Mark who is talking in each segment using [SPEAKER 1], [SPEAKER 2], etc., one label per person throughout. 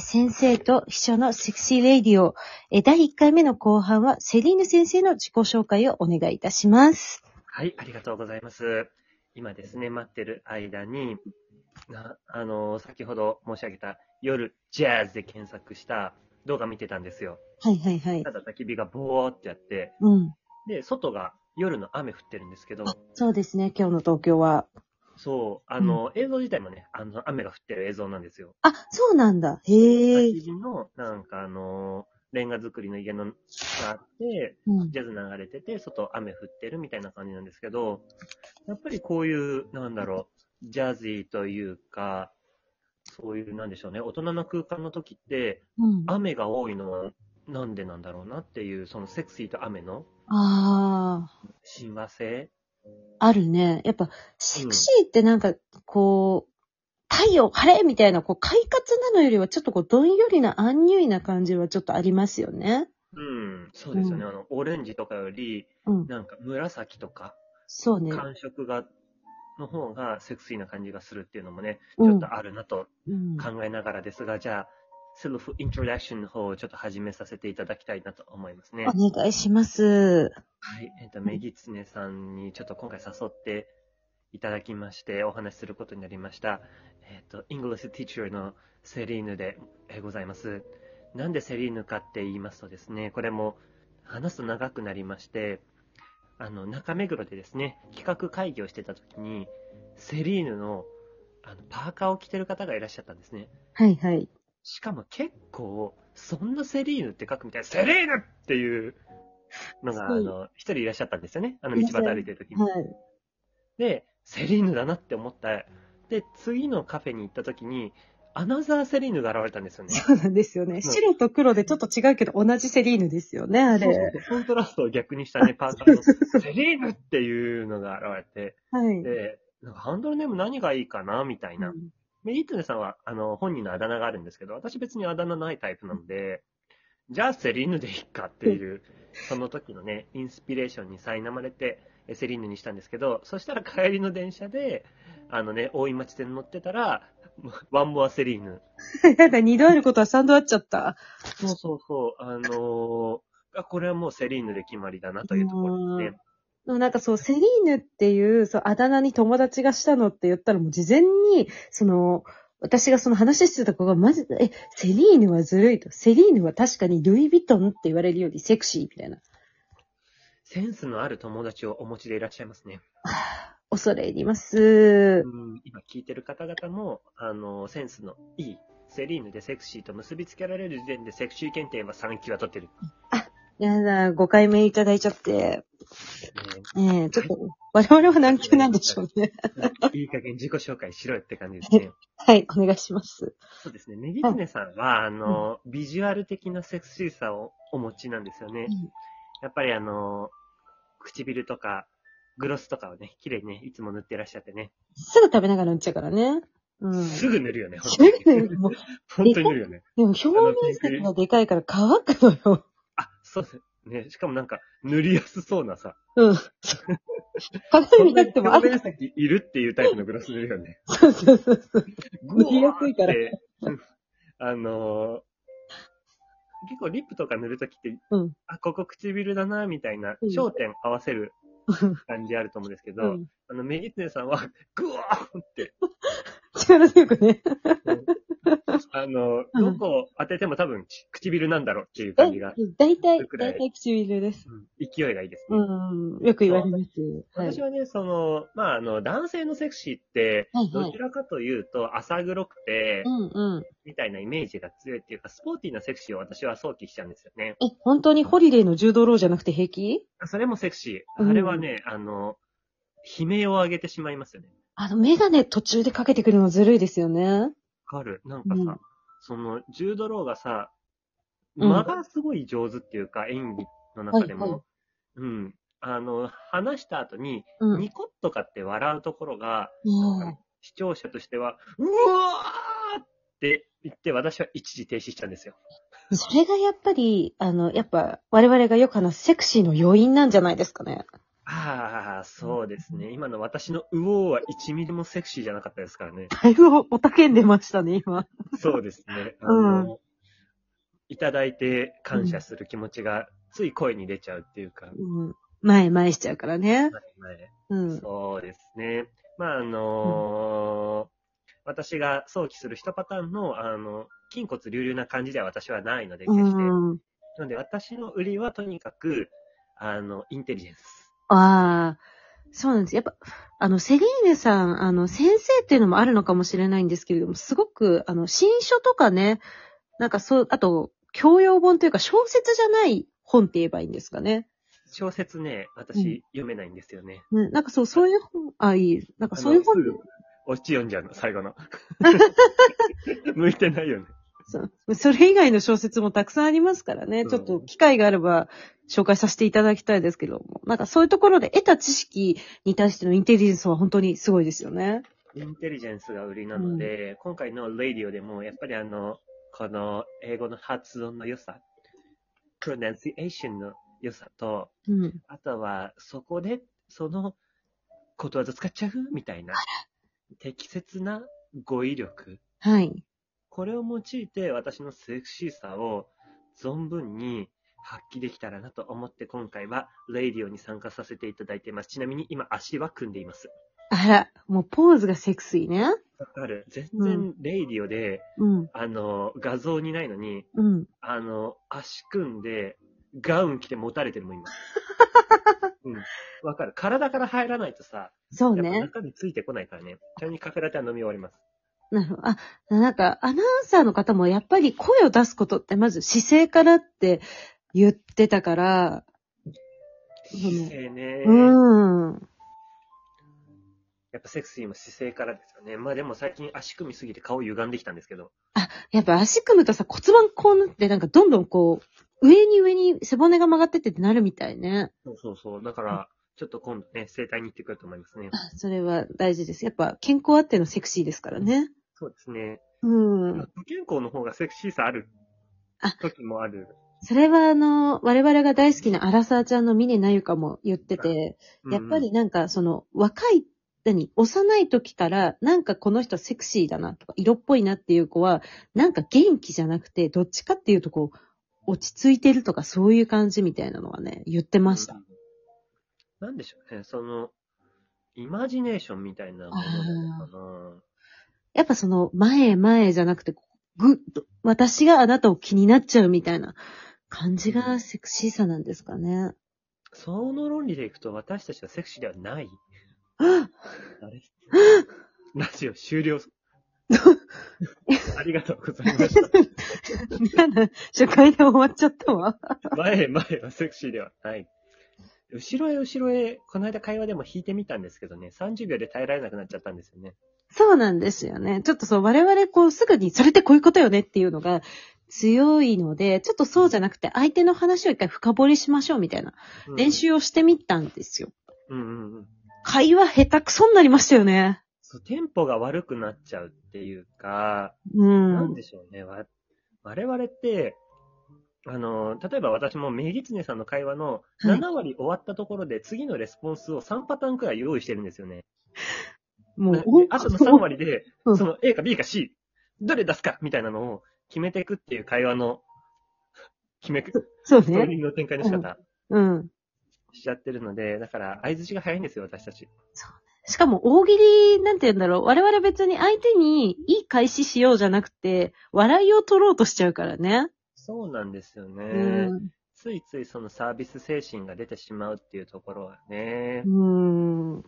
[SPEAKER 1] 先生と秘書のセクシーレイディオ。えー第1回目の後半は、セリーヌ先生の自己紹介をお願いいたします。
[SPEAKER 2] はい、ありがとうございます。今ですね、待ってる間に、なあのー先ほど申し上げた、夜ジャズで検索した動画見てたんですよ。
[SPEAKER 1] はいはいはい
[SPEAKER 2] た。だ焚き火がボーってやって、
[SPEAKER 1] うん。
[SPEAKER 2] で、外が夜の雨降ってるんですけど、
[SPEAKER 1] そうですね、今日の東京は。
[SPEAKER 2] そう、あのー映像自体もね、あの、雨が降ってる映像なんですよ。
[SPEAKER 1] あ、そうなんだ。へえ。
[SPEAKER 2] 焚き火の、なんかあのーレンガ作りの家のがあって、
[SPEAKER 1] うん。
[SPEAKER 2] ジャズ流れてて、外雨降ってるみたいな感じなんですけど、やっぱりこういう、なんだろう、ジャズィーというか、そういう、なんでしょうね、大人の空間の時って、
[SPEAKER 1] うん、あ
[SPEAKER 2] 雨が多いのは、なんでなんだろうなっていう、そのセクシーと雨の
[SPEAKER 1] あー。
[SPEAKER 2] 親和性
[SPEAKER 1] あるね。やっぱ、セクシーってなんか、こう、太陽晴れみたいな、こう、快活なのよりは、ちょっとこう、どんよりな、アンニュイな感じはちょっとありますよね。
[SPEAKER 2] うん、そうですよね。
[SPEAKER 1] う
[SPEAKER 2] あの、オレンジとかより、
[SPEAKER 1] うん。
[SPEAKER 2] なんか紫とか、
[SPEAKER 1] そうね。
[SPEAKER 2] 感触が、の方がセクシーな感じがするっていうのもね、ち
[SPEAKER 1] う
[SPEAKER 2] ょ
[SPEAKER 1] ん
[SPEAKER 2] っとあるなと
[SPEAKER 1] うん。
[SPEAKER 2] 考えながらですが、じゃあ、セルフイントロダクションの方をちょっと始めさせていただきたいなと思いますね。
[SPEAKER 1] お願いします。
[SPEAKER 2] はい。えっ、と、メギツネさんにちょっと今回誘っていただきまして、お話しすることになりました。えっ、と、イングリッシュティーチャーのセリーヌでえーございます。なんでセリーヌかって言いますとですね、これも話すと長くなりまして、あの、中目黒でですね、企画会議をしてた時に、セリーヌのあのパーカーを着てる方がいらっしゃったんですね。
[SPEAKER 1] はいはい。
[SPEAKER 2] しかも結構、そんなセリーヌって書くみたいな、セリーヌっていうのが、あ
[SPEAKER 1] そう
[SPEAKER 2] の、一人いらっしゃったんですよね。あの、道端歩いてる時に。
[SPEAKER 1] はい。
[SPEAKER 2] で、セリーヌだなって思った。で、次のカフェに行った時に、アナザーセリーヌが現れたんですよね。
[SPEAKER 1] そうなんですよね。白と黒でちょっと違うけど、同じセリーヌですよね、あ
[SPEAKER 2] そうそう
[SPEAKER 1] れ。
[SPEAKER 2] そうコントラストを逆にしたね、パーカーの、セリーヌっていうのが現れ
[SPEAKER 1] はい
[SPEAKER 2] て、。で、なんかハンドルネーム何がいいかなみたいな
[SPEAKER 1] う。ん
[SPEAKER 2] メリットネさんは、あの、本人のあだ名があるんですけど、私別にあだ名ないタイプなので、じゃあセリーヌでいいかって いう、その時のね、インスピレーションに苛まれて、えセリーヌにしたんですけど、そしたら帰りの電車で、あのね、大井町線乗ってたら、ワンモアセリーヌ。
[SPEAKER 1] やだ、二度あることは三度あっちゃった。
[SPEAKER 2] そうそうそう、あのーあこれはもうセリーヌで決まりだなというところですね。
[SPEAKER 1] でもなんかそう、セリーヌっていう、そう、あだ名に友達がしたのって言ったら、もう事前に、その、私がその話してた子が、まず、え、セリーヌはずるいと。セリーヌは確かにルイ・ヴィトンって言われるよりセクシーみたいな。
[SPEAKER 2] センスのある友達をお持ちでいらっしゃいますね。
[SPEAKER 1] 恐れ入ります。
[SPEAKER 2] うん今聞いてる方々も、あの、センスのいい、セリーヌでセクシーと結びつけられる時点でセクシー検定は3級は取って る。
[SPEAKER 1] やだ、5回目いただいちゃって。ええちょっと、我々は何級なんでしょうね。
[SPEAKER 2] いい加減自己紹介しろよって感じですね。
[SPEAKER 1] はい、お願いします。
[SPEAKER 2] そうですね。メギツネさんは、あの、ビジュアル的なセクシーさをお持ちなんですよね。やっぱりあの、唇とか、グロスとかをね、綺麗にね、いつも塗ってらっしゃってね。
[SPEAKER 1] すぐ食べながら塗っちゃうからね。うん。
[SPEAKER 2] すぐ塗るよね、
[SPEAKER 1] す
[SPEAKER 2] 本当に。
[SPEAKER 1] ぐもう
[SPEAKER 2] 本当に塗るよね。
[SPEAKER 1] でも表面積がでかいから乾くのよ。
[SPEAKER 2] あ、そうですね。しかもなんか、塗りやすそうなさ。
[SPEAKER 1] うん。鏡なくてもあ
[SPEAKER 2] 表
[SPEAKER 1] る
[SPEAKER 2] 面。積いるっていうタイプのグロス塗るよね。
[SPEAKER 1] そうそうそうそう。
[SPEAKER 2] グ
[SPEAKER 1] 塗りやすいから
[SPEAKER 2] ワーって。うん あのー結構リップとか塗るときって、
[SPEAKER 1] うん
[SPEAKER 2] あ、ここ唇だな、みたいな
[SPEAKER 1] うん、
[SPEAKER 2] 焦点合わせる感じあると思うんですけど、
[SPEAKER 1] うん。
[SPEAKER 2] あの、メギツネさんは、グワーって、
[SPEAKER 1] 力強くね。
[SPEAKER 2] あの
[SPEAKER 1] う
[SPEAKER 2] ー、
[SPEAKER 1] ん
[SPEAKER 2] どこを当てても多分、ち唇なんだろうっていう
[SPEAKER 1] え
[SPEAKER 2] 感じが、、
[SPEAKER 1] 大体、
[SPEAKER 2] くらい
[SPEAKER 1] 大体唇です。
[SPEAKER 2] うん勢いがいいですね。
[SPEAKER 1] うん。よく言われます。はい。
[SPEAKER 2] 私はね、その、まあ、あの、男性のセクシーって
[SPEAKER 1] はい、はい
[SPEAKER 2] どちらかというと、浅黒くて
[SPEAKER 1] う、んうん。
[SPEAKER 2] みたいなイメージが強いっていうか、スポーティーなセクシーを私は想起しちゃうんですよね。
[SPEAKER 1] え、本当にホリデーの柔道ローじゃなくて平気
[SPEAKER 2] それもセクシ
[SPEAKER 1] うん
[SPEAKER 2] ー。あれはね、あの、悲鳴を上げてしまいますよね。
[SPEAKER 1] あの、メガネ途中でかけてくるのずるいですよね。
[SPEAKER 2] わかる。なんかさ、
[SPEAKER 1] うん
[SPEAKER 2] その、ジュードローがさ、
[SPEAKER 1] うん
[SPEAKER 2] 間がすごい上手っていうか、演技の中でも、
[SPEAKER 1] はいは
[SPEAKER 2] うん。あの、話した後に、
[SPEAKER 1] うん。
[SPEAKER 2] ニコッとかって笑うところが、
[SPEAKER 1] うん
[SPEAKER 2] 視聴者としては、うわーって言って、私は一時停止しちゃうんですよ。
[SPEAKER 1] それがやっぱり、あの、やっぱ、我々がよく話すセクシーの要因なんじゃないですかね。
[SPEAKER 2] ああ、そうですね。今の私のうおーは1ミリもセクシーじゃなかったですか らね。
[SPEAKER 1] だいぶおおたけんでましたね、今。
[SPEAKER 2] そうですね。あ
[SPEAKER 1] うん
[SPEAKER 2] の、いただいて感謝する気持ちが、つい声に出ちゃうっていうか、
[SPEAKER 1] うん。前へ前へしちゃうからね。
[SPEAKER 2] はいは
[SPEAKER 1] う
[SPEAKER 2] い
[SPEAKER 1] ん。
[SPEAKER 2] そうですね。まあ、あのー私が想起する一パターンの、あの、筋骨隆々な感じでは私はないので、決して。な
[SPEAKER 1] うん。
[SPEAKER 2] ので、私の売りはとにかく、あの、インテリジェンス。
[SPEAKER 1] ああ、そうなんです。やっぱ、あの、セリーネさん、あの、先生っていうのもあるのかもしれないんですけれども、すごく、あの、新書とかね、なんかそう、あと、教養本というか小説じゃない本って言えばいいんですかね。
[SPEAKER 2] 小説ね、
[SPEAKER 1] う
[SPEAKER 2] 私、読めないんですよね。
[SPEAKER 1] ねなんかそう、そういう本、あ、いい。なんかそういう本
[SPEAKER 2] あのす、ぐ落ち読んじゃうの、最 後の。向いてないよね。
[SPEAKER 1] そうそれ以外の小説もたくさんありますからね。
[SPEAKER 2] うん
[SPEAKER 1] ちょっと機会があれば紹介させていただきたいですけども。なんかそういうところで得た知識に対してのインテリジェンスは本当にすごいですよね。
[SPEAKER 2] インテリジェンスが売りなので、今回のレイディオでも、やっぱりあの、この英語の発音の良さ、プロナンシエーションの良さと、
[SPEAKER 1] うん。
[SPEAKER 2] あとは、そこで、その、ことわざ使っちゃうみたいな、適切な語彙力。
[SPEAKER 1] はい。
[SPEAKER 2] これを用いて、私のセクシーさを存分に発揮できたらなと思って、今回は、レイディオに参加させていただいています。ちなみに、今、足は組んでいます。
[SPEAKER 1] あら、もうポーズがセクシーね。
[SPEAKER 2] わかる。全
[SPEAKER 1] う
[SPEAKER 2] 然、レイディオで、
[SPEAKER 1] うん。
[SPEAKER 2] あの、画像にないのに、
[SPEAKER 1] うん。
[SPEAKER 2] あの、足組んで、ガウン着て持たれてるも ん、今。うん。わかる。体から入らないとさ、
[SPEAKER 1] そう
[SPEAKER 2] やっぱ
[SPEAKER 1] ね。
[SPEAKER 2] 中身ついてこないからね。ちなみにカフェラテは飲み終わります。
[SPEAKER 1] なるほど。あ、なんかアナウンサーの方もやっぱり声を出すことってまず姿勢からって言ってたから、そうね
[SPEAKER 2] 姿勢ね。
[SPEAKER 1] うん。
[SPEAKER 2] やっぱセクシーも姿勢からですよね。まあでも最近足組みすぎて顔歪んできたんですけど。
[SPEAKER 1] やっぱ足組むとさ、骨盤こうなって、なんかどんどんこう、上に上に背骨が曲がってってってなるみたいね。
[SPEAKER 2] そうそうそう。だから、ちょっと今度ね、整体に行ってくると思いますね。
[SPEAKER 1] あそれは大事です。やっぱ健康あってのセクシーですからね。
[SPEAKER 2] そうですね。
[SPEAKER 1] うん。
[SPEAKER 2] 不健康の方がセクシーさある
[SPEAKER 1] あ
[SPEAKER 2] 時もある。
[SPEAKER 1] それはあの、我々が大好きなアラサーちゃんの峰なゆかも言ってて、
[SPEAKER 2] うん
[SPEAKER 1] やっぱりなんかその、若い、何幼い時から、なんかこの人セクシーだなとか、色っぽいなっていう子は、なんか元気じゃなくて、どっちかっていうとこう、落ち着いてるとかそういう感じみたいなのはね、言ってました。
[SPEAKER 2] うん。なんでしょうね、その、イマジネーションみたいなものなのかな。
[SPEAKER 1] やっぱその、前へ前へじゃなくて、ぐっと、私があなたを気になっちゃうみたいな感じがセクシーさなんですかね。
[SPEAKER 2] その論理でいくと私たちはセクシーではない。あれラジオ終 了。ありがとうございました。
[SPEAKER 1] 嫌な初回で終わっちゃったわ。
[SPEAKER 2] 前へ前へはセクシーではない。後ろへ後ろへ、この間会話でも弾いてみたんですけどね、30秒で耐えられなくなっちゃったんですよね。
[SPEAKER 1] そうなんですよね。ちょっとそう、我々こう、すぐに、それってこういうことよねっていうのが強いので、ちょっとそうじゃなくて、相手の話を一回深掘りしましょうみたいな
[SPEAKER 2] うん
[SPEAKER 1] 練。習をしてみたんですよ。
[SPEAKER 2] うんうんうん。
[SPEAKER 1] 会話下手くそになりましたよね。
[SPEAKER 2] そう、テンポが悪くなっちゃうっていうか、
[SPEAKER 1] う
[SPEAKER 2] なん
[SPEAKER 1] ん。
[SPEAKER 2] でしょうね。わ我々って、あの、例えば私もメギツネさんの会話の
[SPEAKER 1] はい
[SPEAKER 2] 7割終わったところで次のレスポンスを3パターンくらい用意してるんですよね。
[SPEAKER 1] も
[SPEAKER 2] で
[SPEAKER 1] う、
[SPEAKER 2] あとの3割で、
[SPEAKER 1] うん
[SPEAKER 2] その A か B か C、どれ出すかみたいなのを決めていくっていう会話の、決めく、
[SPEAKER 1] そう
[SPEAKER 2] ストーリ
[SPEAKER 1] ね。
[SPEAKER 2] ングの展開の仕方
[SPEAKER 1] うん。
[SPEAKER 2] しちゃってるので、だから相槌が早いんですよ、私たち。
[SPEAKER 1] しかも大喜利、なんて言うんだろう。我々別に相手にいい返ししようじゃなくて、笑いを取ろうとしちゃうからね。
[SPEAKER 2] そうなんですよね。
[SPEAKER 1] うん。
[SPEAKER 2] ついついそのサービス精神が出てしまうっていうところはね、
[SPEAKER 1] うん。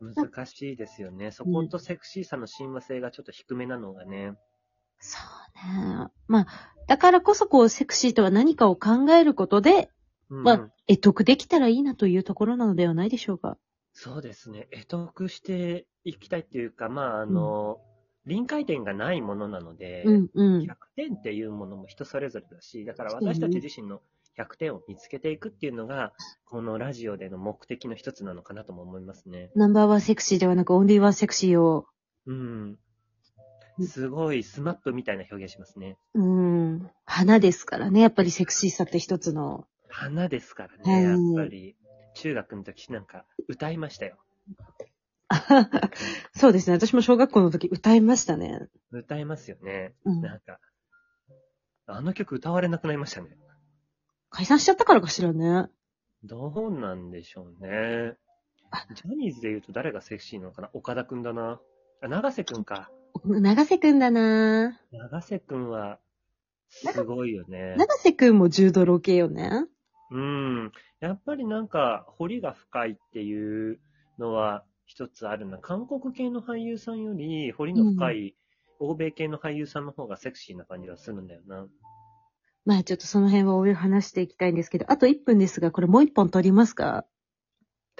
[SPEAKER 2] 難しいですよね。そことセクシーさの親和性がちょっと低めなのがね。
[SPEAKER 1] そうね。まあ、だからこそこう、セクシーとは何かを考えることで、
[SPEAKER 2] うん
[SPEAKER 1] まあ得得できたらいいなというところなのではないでしょうか。
[SPEAKER 2] そうですね。得得していきたいっていうか、まあ、あの、臨界点がないものなので、
[SPEAKER 1] うん、うん。
[SPEAKER 2] 100点っていうものも人それぞれだし、だから
[SPEAKER 1] そうね
[SPEAKER 2] 私たち自身の100点を見つけていくっていうのが、このラジオでの目的の一つなのかなとも思いますね。
[SPEAKER 1] ナンバーワンセクシーではなく、オンリーワンセクシーを。
[SPEAKER 2] うん
[SPEAKER 1] うん。
[SPEAKER 2] すごいスマップみたいな表現しますね。
[SPEAKER 1] うん。花ですからね。やっぱりセクシーさって一つの。
[SPEAKER 2] 花ですから
[SPEAKER 1] はい
[SPEAKER 2] ね、やっぱり。中学の時なんか歌いましたよ。
[SPEAKER 1] そうですね。私も小学校の時歌いましたね。
[SPEAKER 2] 歌いますよね。
[SPEAKER 1] うん
[SPEAKER 2] なんか、あの曲歌われなくなりましたね。
[SPEAKER 1] 解散しちゃったからかしらね。
[SPEAKER 2] どうなんでしょうね
[SPEAKER 1] あ。
[SPEAKER 2] ジャニーズで言うと誰がセクシーなのかな岡田くんだな。あ、長瀬くんか。
[SPEAKER 1] 長瀬くんだな
[SPEAKER 2] 長瀬くんは、すごいよね。
[SPEAKER 1] 長瀬くんも柔道ロ系よね。
[SPEAKER 2] うん。やっぱりなんか、彫りが深いっていうのは一つあるな。韓国系の俳優さんより、彫りの深い、欧米系の俳優さんの方がセクシーな感じがするんだよな。
[SPEAKER 1] まあちょっとその辺はおい話していきたいんですけど、あと1分ですが、これもう1本取りますか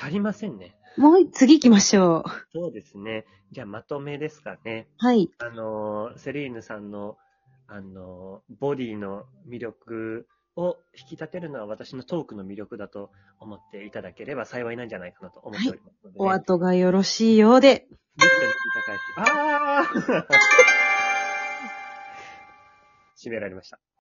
[SPEAKER 2] 足りませんね。
[SPEAKER 1] もう、次行きましょう。
[SPEAKER 2] そうですね。じゃあまとめですかね。
[SPEAKER 1] はい。
[SPEAKER 2] あのーセリーヌさんの、あのーボディの魅力を引き立てるのは私のトークの魅力だと思っていただければ幸いなんじゃないかなと思っておりますので、ね。
[SPEAKER 1] お後がよろしいようで。
[SPEAKER 2] リフトに引いた返し。ああ締められました。